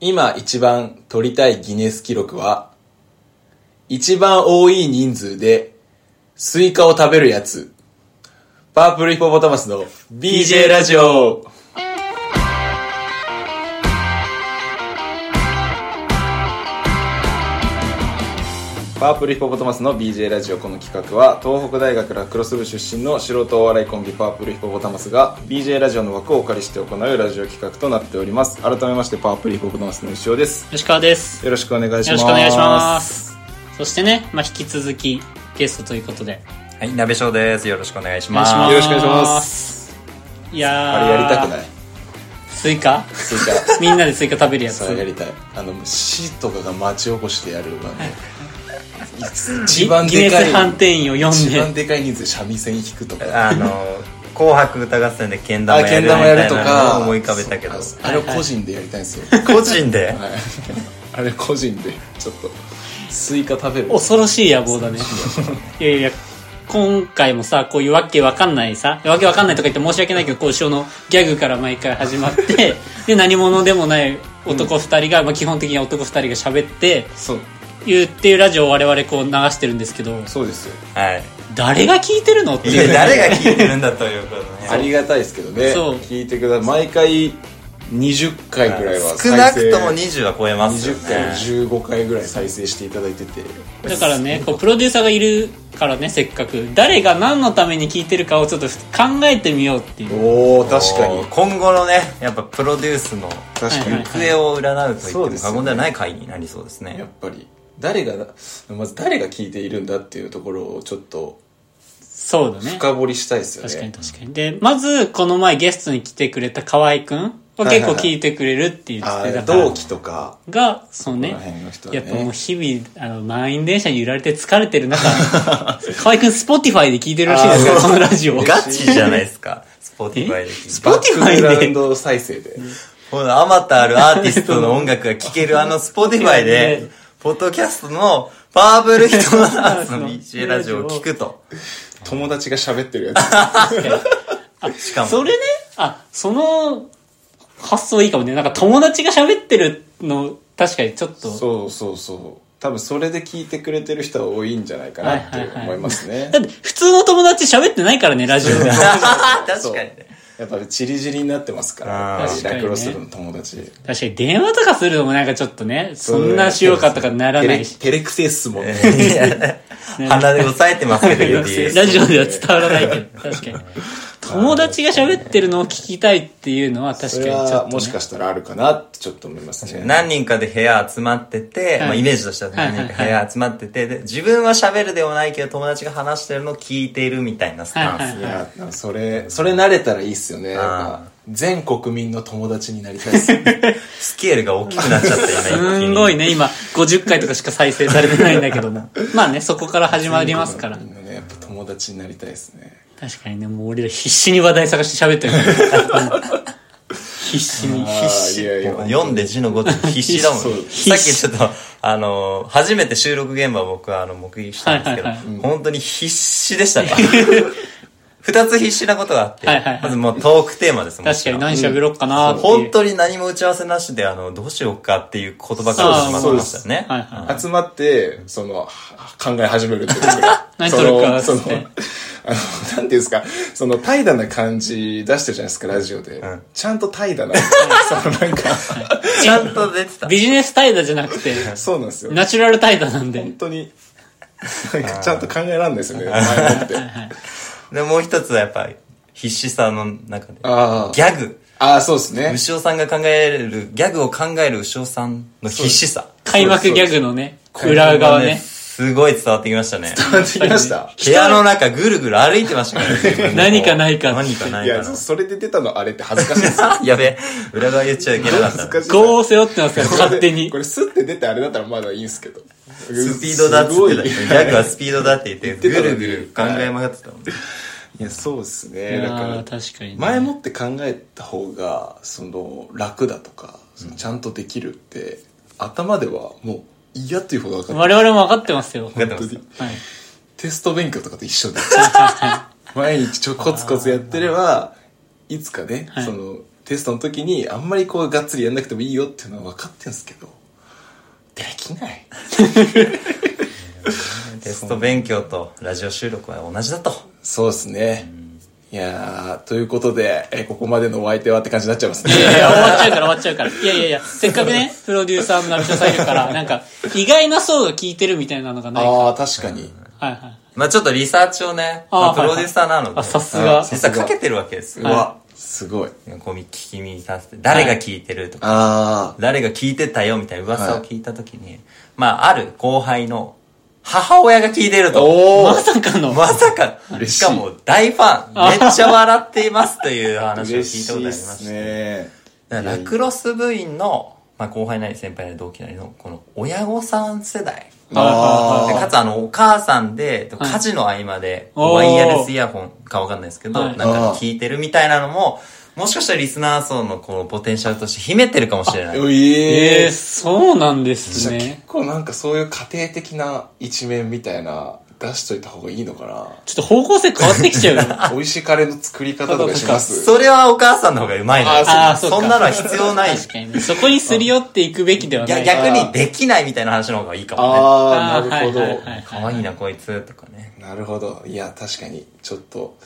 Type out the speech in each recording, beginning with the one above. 今一番取りたいギネス記録は、一番多い人数でスイカを食べるやつ、パープルヒポポタマスの BJ ラジオパープルヒポポタマスの BJ ラジオこの企画は東北大学ラクロス部出身の素人お笑いコンビパープルヒポポタマスが BJ ラジオの枠をお借りして行うラジオ企画となっております改めましてパープルヒポポタマスの牛尾です吉川です。よろしくお願いしますよろしくお願いします。そしてね、まあ、引き続きゲストということで。はい、鍋翔です。よろしくお願いします。お願よいろししくお願いしますいやあーれやりたくないスイカスイカみんなでスイカ食べるやつそ。れやりたいあの市とかが町おこしでやるのね一番ギネでかス判い定員を読ん一番で。でかい人数三味線弾くとかあの、紅白歌合戦でけん玉あやるけんみた玉やるいとなかのを思い浮かべたけどあ。あれを個人でやりたいんですよ個人ではいあれ個人でちょっとスイカ食べる恐ろしい野望だね。いやいや、今回もさ、こういうわけわかんないさ、わけわかんないとか言って申し訳ないけど、こう、後ろのギャグから毎回始ま って、で、何者でもない男二人が、まあ、基本的には男二人が喋って、そう言うっていうラジオを我々こう流してるんですけど、そうですよはい。誰が聞いてるのっていいうや、誰が聞いてるんだということあね。りがたいですけどねそう聞いてください毎回20回ぐらいは少再な生くとも20は超えますよ20回ね。 15回ぐらい再生していただいててだからねこうプロデューサーがいるからねせっかく誰が何のために聞いてるかをちょっと考えてみようっていうおお確かに今後のね、やっぱプロデュースの確かに、はいはい行方を占うとそう言でってすよねも過言ではない回になりそうです やねっ。ぱり誰がまず誰が聞いているんだっていうところをちょっとそうだね深掘りしたいですよね確かに確かにでまずこの前ゲストに来てくれた河合くんははい結はい構聞いてくれるって言ってあたーから同期とかがそのねこの辺の人はねやっぱもう日々あの満員電車に揺られて疲れてる中 河合くん Spotify で聞いてるらしいですよこのラジオガチじゃないですか。スポーティファイで聞いてスポバーッティクファイグラウンでド再生でこのあまたあるアーティストの音楽が聴けるあの Spotify で、ポッドキャストのパーブルヒトのダンスの BJ ラジオを聴くと。友達が喋ってるやつしかも、それね、あ、その発想いいかもね。なんか友達が喋ってるの、確かにちょっと。そうそうそう多分それで聞いてくれてる人は多いんじゃないかなってはいはいはい思いますね、だって普通の友達喋ってないからね、ラジオで。 確かにね。やっぱりチリジリになってますからやっあーぱり確かにラねクロス部の友達確かに電話とかするのもなんかちょっとね、そんなしようかとかならないし。テレテレクセスもんねいや鼻で押さえてますけ ど、ラ指テレジオでは伝わらないけど、確かに。友達が喋ってるのを聞きたいっていうのは確かにそちれょっとはね、もしかしたらあるかなってちょっと思いますね何人かで部屋集まってはて、いまあ、イメージとしては何人か部屋集まってて、で自分は喋るではないけど友達が話してるのを聞いているみたいなスタンス。はいはいいやなんかそれそれ慣れたらいいっすよねやっあぱ全国民の友達になりたいっすよねスケールが大きくなっちゃって、今一気にすんごい。ね、今、50回とかしか再生されてないんだけども。まあね、そこから始まりますから全。国民のねやっぱ友達になりたいっすね確かにね、もう俺ら必死に話題探して喋っ てるから。必死に。必死いやいやもう読んで字のごとく必死だもん。さそうっきちょっと、あの、初めて収録現場を僕はあの目撃したんですけど、はいはい本当に必死でしたね。二つ必死なことがあって、はいはいはいまずもうトークテーマですもん確かに何喋ろうかなーっていう。本当に何も打ち合わせなしで、あの、どうしようかっていう言葉から始まってましたそよね。うですはいは集まってそのは考え始めるってことぐらい何撮るかそのっつっそてのあのなんていうんですかその怠惰な感じ出してるじゃないですかラジオで、んちゃんと怠惰なそのなんかちゃんと出てた。ビジネス怠惰じゃな くて、そうなんですよナチュラル怠惰なんで本。当になんかちゃんと考えらんないですよね前もってで、もう一つはやっぱ、必死さの中で、あーギャグ。あーそうですね牛尾さんが考える、ギャグを考える牛尾さんの必死さ。開幕ギャグのね、裏側ね。すごい伝わってきましたね。変わってきました部屋の中ぐるぐる歩いてまし たからね自分の。何かないか何かないいかやな。それで出たのあれって恥ずかしいです よやべえ、裏側言っちゃいけなかった。恥ずかしい業を背負ってますから、勝手にこ。れスッて出てあれだったらまだいいんですけどスピードだっつってた。ギすごいャグはスピードだって言って、言ってぐたのるにぐる考え曲がってたもんね。いやそうですいねやだーから確かにね前もって考えた方がその楽だとかそのちゃんとできるって、頭ではもう嫌っていうほど分かって我々も分かってますよ。はい。分かってますよ。テスト勉強とかと一緒で毎日ちょコツコツやってればいつかね、はいそのテストの時にあんまりこうがっつりやんなくてもいいよっていうのは分かってんすけどできないテスト勉強とラジオ収録は同じだと。そうですね、いやーということでえここまでのお相手はって感じになっちゃいますねいやいや、終わっちゃうから終わっちゃうから。いやいやいや、せっかくね、プロデューサーの成田さんいる から、なんか、意外な層が聞いてるみたいなのがないかああ確かにら。はいはい。まあちょっとリサーチをね、あーまあはいプはいロデューサーなのであ、、さすが。実はかけてるわけですうよ。わすごいこう聞き耳立てて、誰が聞いてるとか、あ誰が聞いてたよみたいな噂を聞いたときに、まあある後輩の母親が聞いてるあと。おおまさかの。まさか、嬉しいしかも大ファン、めっちゃ笑っていますという話を嬉聞いしたこいとありまですした。ねだからラクロス部員の、まあ、後輩なり先輩なり同期なりのこの親御さん世代あでーかつあのお母さんではい家事の合間でおーワイヤレスイヤホンかわかんないですけど、はいなんか聞いてるみたいなのももしかしたらリスナー層のこのポテンシャルとして秘めてるかもしれない。ええええ、そうなんですじゃあ結ね。構なんかそういう家庭的な一面みたいな出しといた方がいいのかちょっと方向性変わってきちゃう よ。な美味しいカレーの作り方とかしますそれはお母さんの方がうまいのよあーそうかそんなのは必要ない確かにね。そこにすり寄っていくべきではな逆い。逆にできないみたいな話の方がいいかもああなるほあーはいはいどはいね。可愛いなこいつとかね。なるほどいや確かにちょっと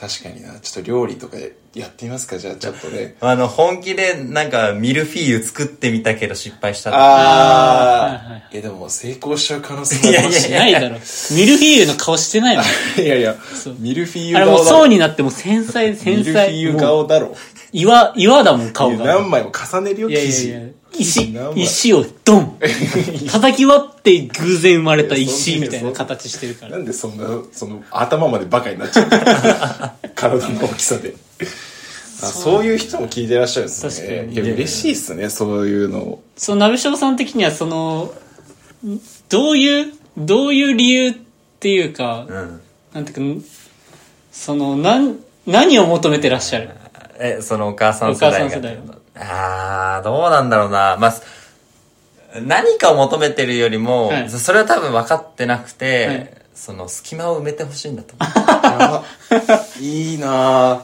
確かになちょっと料理とかやってみますかじゃあちょっとねあの、本気でなんかミルフィーユ作ってみたけど失敗したとか。あはいはいあいやでも成功しちゃう可能性もあるいやししないだろ。ミルフィーユの顔してないの。あいやいやうミルフィーユ顔れもうだ層になってもう繊細、ミ繊ルフィー細。ユもう顔だろ岩、岩だもん、顔いやが。何枚も重ねるよいや生い地やいや、石何、枚石をドン叩き割って偶然生まれた石みたいな形してるかなら。んでそんな、その、頭までバカになっちゃう 体の大きさで。あそういう人も聞いてらっしゃるんです確かね。にいや、嬉しいっすね、そういうのを。その、鍋翔さん的には、その、どういう、どういう理由っていうか、うん。なんていうか、その、なん、何を求めてらっしゃるえ、そのお母さん世代がお母さん世代のあー、どうなんだろうな。まあ、す何かを求めてるよりも、はいそれは多分分かってなくて、はいその隙間を埋めてほしいん だとあいいなぁ。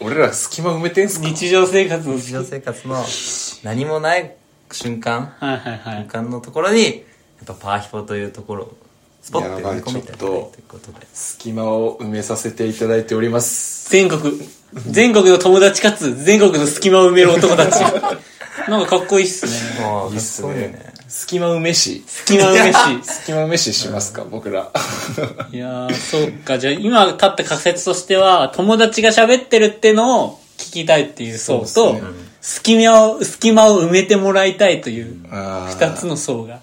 俺ら隙間埋めてんすか日常生活の日常生活の何もない瞬間、はいはいは瞬い。間のところに、やっぱパーヒポというところを、スポッてやば埋いめ込みたいちとょっということで。隙間を埋めさせていただいております。全国、全国の友達かつ、全国の隙間を埋める男た ち。なんかかっこいいっすね。もう、いいっすかっこいいよね。隙間埋めし。隙間埋めし。 隙間埋めししますか、僕ら。いやー、そうか。じゃあ、今立った仮説としては、友達が喋ってるってのを聞きたいっていう層そうと、ですね隙間を、隙間を埋めてもらいたいという、あー二つの層が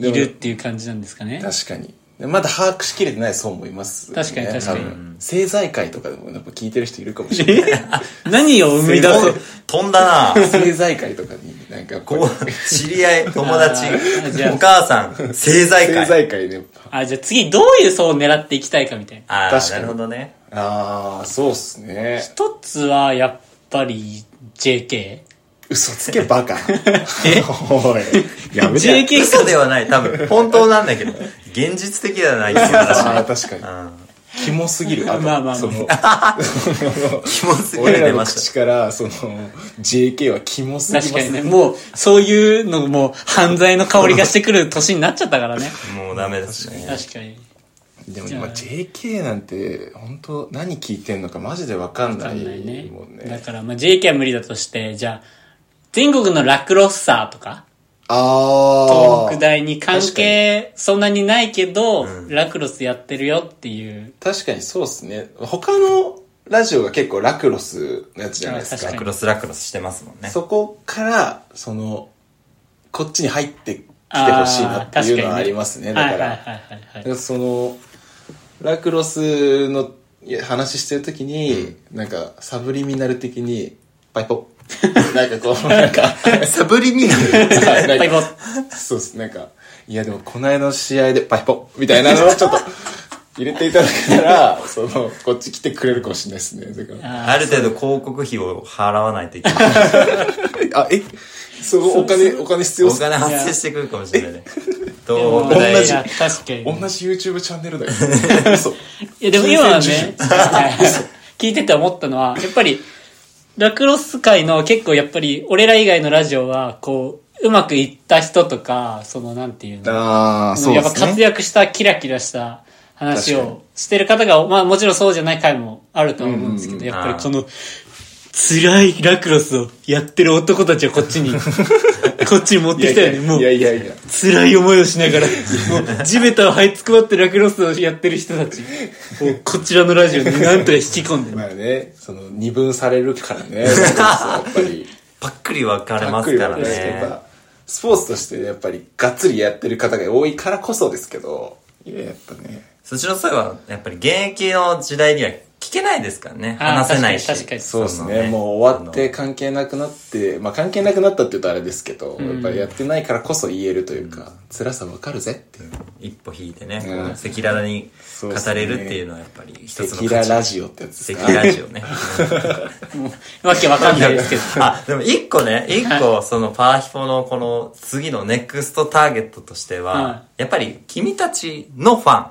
いるっていう感じなんですかね。確かにでまだ把握しきれてない層もいます、確かに確かに多分政財界とかでもやっぱ聞いてる人いるかもしれない 何を生み出飛そんう。飛んだな政財界とかになんかこうこう知り合い、友達あーじゃ、あお母さん、政財政界。財界であ、じゃあ次どういう層を狙っていきたいかみたいな。あ確あ、かなにるほどね。ああそうっすね一つは、やっぱり、JK。嘘つけバカおいやめて JK 嘘ではない、多分。本当なんだけど。現実的ではないですよ、確あかあ確かにに。うんキモすぎるあとまあまあまあそ のキモすぎる俺ら出のまし口からその JK はキモすぎま確かにすね、もう、そういうのも、犯罪の香りがしてくる年になっちゃったからね。た。もうダメですね。確かに。でも今 JK なんて本当何聞いてんのかマジでわかんわなかいんないねもん。だねから、まあ、JK は無理だとして、じゃあ、全国のラクロッサーとか、ああ東北大に関係そんなにないけど、ラクロスやってるよっていう。確かにそうですね。他のラジオが結構ラクロスのやつじゃないですあ確か。かにクロスラクロスしてますもんね。そこから、その、こっちに入ってきてほしいなっていうのはありますね。あーだか確にねら、はいはいはいはいだかはい。らその、ラクロスのいや話してるときに、なんかサブリミナル的に、パイポ。 なんかこう、なんか、サブリミナル。なんパイポかそうです。なんか、いやでもこの間の試合でパイポみたいなのを ちょっと入れていただけたら、その、こっち来てくれるかもしれないですね。だから。あある程度広告費を払わないといけない。あ、え、そのお金、お金必要おっす金発生してくるかもしれないね。東北ー大同じいや確かに。同じ YouTube チャンネルだよ。嘘。 いや、でも今はね金銭、 聞いてて思ったのは、やっぱり、ラクロス界の結構やっぱり、俺ら以外のラジオは、こう、うまくいった人とか、その、なんていうの。ああ、そうやでっぱす活ね。躍したキラキラした話確かをしてる方が、まあもちろんそうじゃない回もあるとは思うんですけど、うんやっぱりこの、辛いラクロスをやってる男たちをこっち に、こっちに持ってきたよね。もうい、やいやいや。辛い思いをしな がら、もう地べたを這いつくばってラクロスをやってる人たちを、こちらのラジオになんとか引き込んでる。まあね、その、二分されるからね、やっぱり。パックリ分かれますからざっくり分かれますけどやっね。ぱスポーツとしてやっぱりがっつりやってる方が多いからこそですけど、いや、やっぱね。そっちの際は、やっぱり現役の時代には聞けないですからね。あー話せないし。確かに確かにそうですね。もう終わって関係なくなって、まあ関係なくなったって言うとあれですけど、やっぱりやってないからこそ言えるというか、辛さわかるぜっていう。一歩引いてね、うんこう赤裸々にそうっす語ねれるっていうのはやっぱり一つ赤裸の価値。ラジオってやつです赤か。裸ラジオね。わけわかんないですけど。あ、でも一個ね、一個そのパーヒポのこの次のネクストターゲットとしては、はいやっぱり君たちのファン。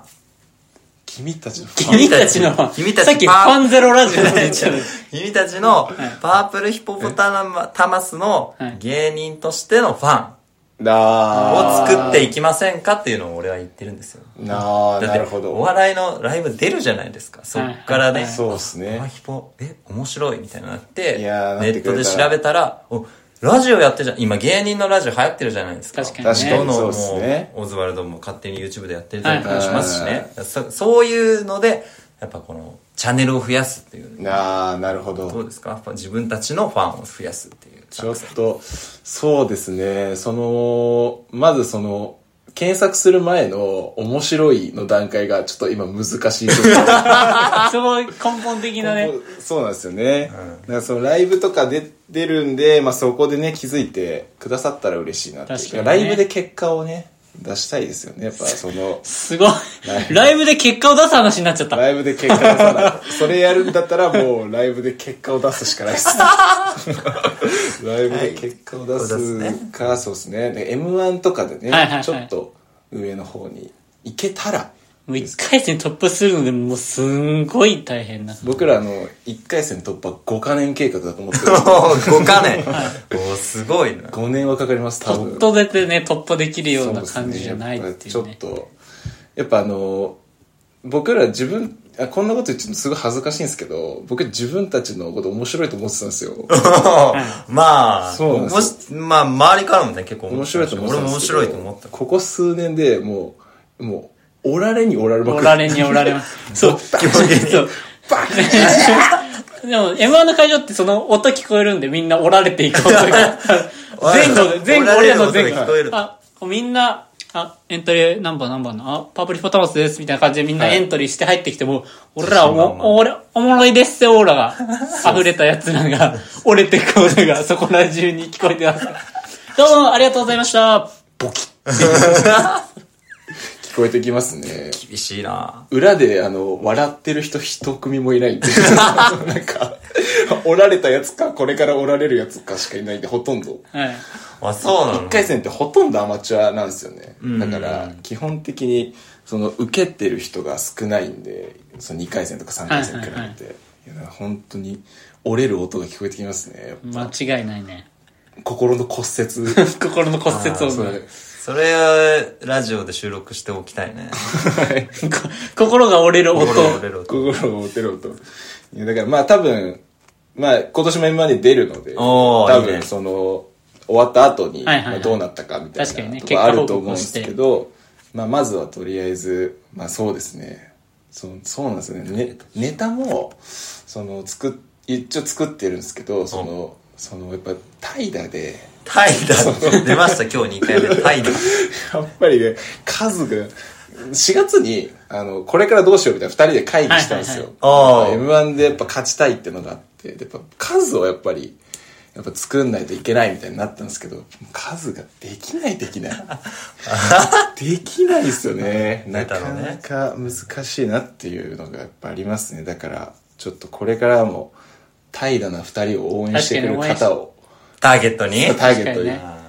君たちのファン君たちの、さっ君たちきファンゼロラジオに なっちゃう。君たちのパープルヒポポタマタマスのはい芸人としてのファンだを作っていきませんかっていうのを俺は言ってるんですよ。なあ、だなるってほおど。笑いのライブ出るじゃないですか。そっからはいね。そうですパーね。ヒポ、え、面白いみたいになって、いネやーなってッくトれでたら調べたら、お、ラジオやってるじゃん。今芸人のラジオ流行ってるじゃないですか。確かにね確かどにのそうもっすね。オズワルドも勝手に YouTube でやってたりとかしますしね。そそういうので、やっぱこの、チャンネルを増やすっていう。なあ、なるほどどう。ですかやっぱ自分たちのファンを増やすっていう。ちょっと、そうですね、その、まずその、検索する前の面白いの段階がちょっと今難しいところすごい根本的なね。そうなんですよね。だからそのライブとかで出るんで、まあそこでね、気づいてくださったら嬉しいなっていう。確かにねライブで結果をね、出したいですよね。やっぱその、すごい。ライブで結果を出す話になっちゃった。ライブで結果出さない。それやるんだったらもうライブで結果を出すしかない です。ライブで結果を出すか、そうですね。で M1 とかでね、はいはいはいちょっと上の方に行けたら、もう一回戦突破するので、もうすんごい大変な。僕らあの1回戦突破5カ年計画だと思ってるん ですけど。お5か ね。おすごいな。 5年はかかります、多ポ分ッ。と出てね、突破できるようなそう感ですじじゃないっていねやうっぱねち。ょっとやっぱあの僕ら自分あこんなこと言っちゃうとすごい恥ずかしいんですけど僕自分たちのこと面白いと思ってたんですよまあ、そうなんでもしまあ、周りからもね、結構面白いと思って俺たんでも面すけど白いと思った。ここ数年でもうもうおられにおられまくおるられに おられます。そう。そう。でも、M1 の会場ってその音聞こえるんで、みんなおられていこうという か前後で、前後、俺折られらるの前音が聞こえる後。あ、みんな、あ、エントリー何番何番の、あ、パブリフォタマスです、みたいな感じでみんなはいエントリーして入ってきても、俺らお自信満々も、俺、おもろいですよ、オーラ が。溢れたやつらが、折れてく音が、そこら中に聞こえて ます。どうも、ありがとうございました。ボキッ。聞こえてきますね厳しいな。裏であの笑ってる人一組もいないんで なんかおられたやつかこれからおられるやつかしかいないんでほとんどはい。あ、そうなの1回戦ってほとんどアマチュアなんですよね、だから基本的にその受けてる人が少ないんでその2回戦とか3回戦くらいで、いや本当に折れる音が聞こえてきますね間違いないね。 心の骨折心の骨折そをれね。それ、ラジオで収録しておきたい ね。 こ心が折れる音。心折れる音心を折れる音いやだからまあ多分まあ今年も M−1 に出るのでお多ーいいね分その終わった後にはいはいはいまあどうなったかみたい確かになねとこあると思うんで結果報告をしすてけど、まあ、まずはとりあえずまあそうですねそうそうなんですよねねネタもその作っ一応作ってるんですけどそのそのやっぱ怠惰でタイだ。出ました、今日2回目。タイだ。やっぱりね、数が、4月に、あの、これからどうしようみたいな2人で会議したんですよ。はいはいはいやっぱ M1 でやっぱ勝ちたいってのがあって、でやっぱ数をやっぱり、やっぱ作んないといけないみたいになったんですけど、数ができないできない。 できないですよね。なネタかのねなか難しいなっていうのがやっぱありますね。だから、ちょっとこれからも、怠惰な2人を応援してくれる方を、ターゲットにターゲットに、確かにね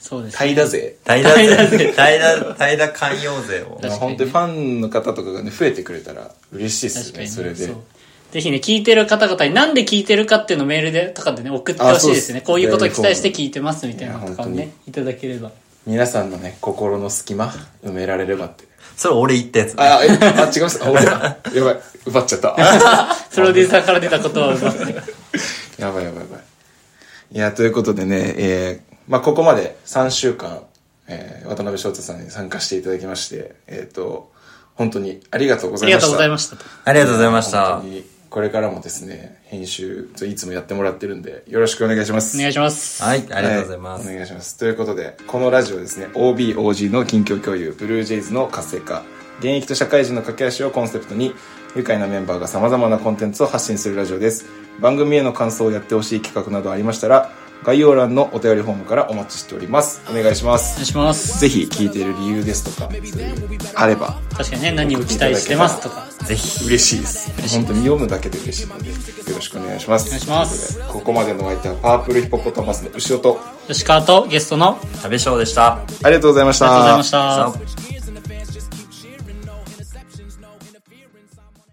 そうです。怠惰勢。タイだぜ。タイだ、タイだ寛容税を。確かにね本当にファンの方とかがね増えてくれたら嬉しいですよ確かねにそれね。でそうぜひね、聞いてる方々になんで聞いてるかっていうのをメールで、とかでね、送ってほしいですあそうっね。すこういうことを期待して聞いてますみたいなのとかいをやね、いただければ。皆さんのね、心の隙間、埋められればって。それ俺言ったやつね。あ、え、あ、違います。あ、俺 だやばい。奪っちゃ った。プロデューサーから出たことは奪 って。やばいやばいやばい。いや、ということでね、えー、まあ、ここまで3週間、えー、渡辺翔太さんに参加していただきまして、えっ、と、本当にありがとうごあざいりましがた。とうございましたと。ありがとうございました本当。に、これからもですね、編集、いつもやってもらってるんで、よろしくお願いします。お願いします。はい、ありがとうございます。はお願いします。ということで、このラジオですね、OBOG の近況共有、ブルージェイズの活性化、現役と社会人の架け橋をコンセプトに、愉快なメンバーが様々なコンテンツを発信するラジオです。番組への感想をやってほしい企画などありましたら、概要欄のお便りフォームからお待ちしております。お願いしまお願すい。します。ぜひ聞いている理由ですとか、そういうあれば確かにね、何を期待してますとか。ぜひ。嬉しいです。本当に読むだけで嬉しいので、よろしくお願いします。お願いしますここまでのお相手はパープルヒポポタマスの牛尾と、吉川とゲストの、あり食べ翔でした。ありがとうございました。がとうございましたさ。あ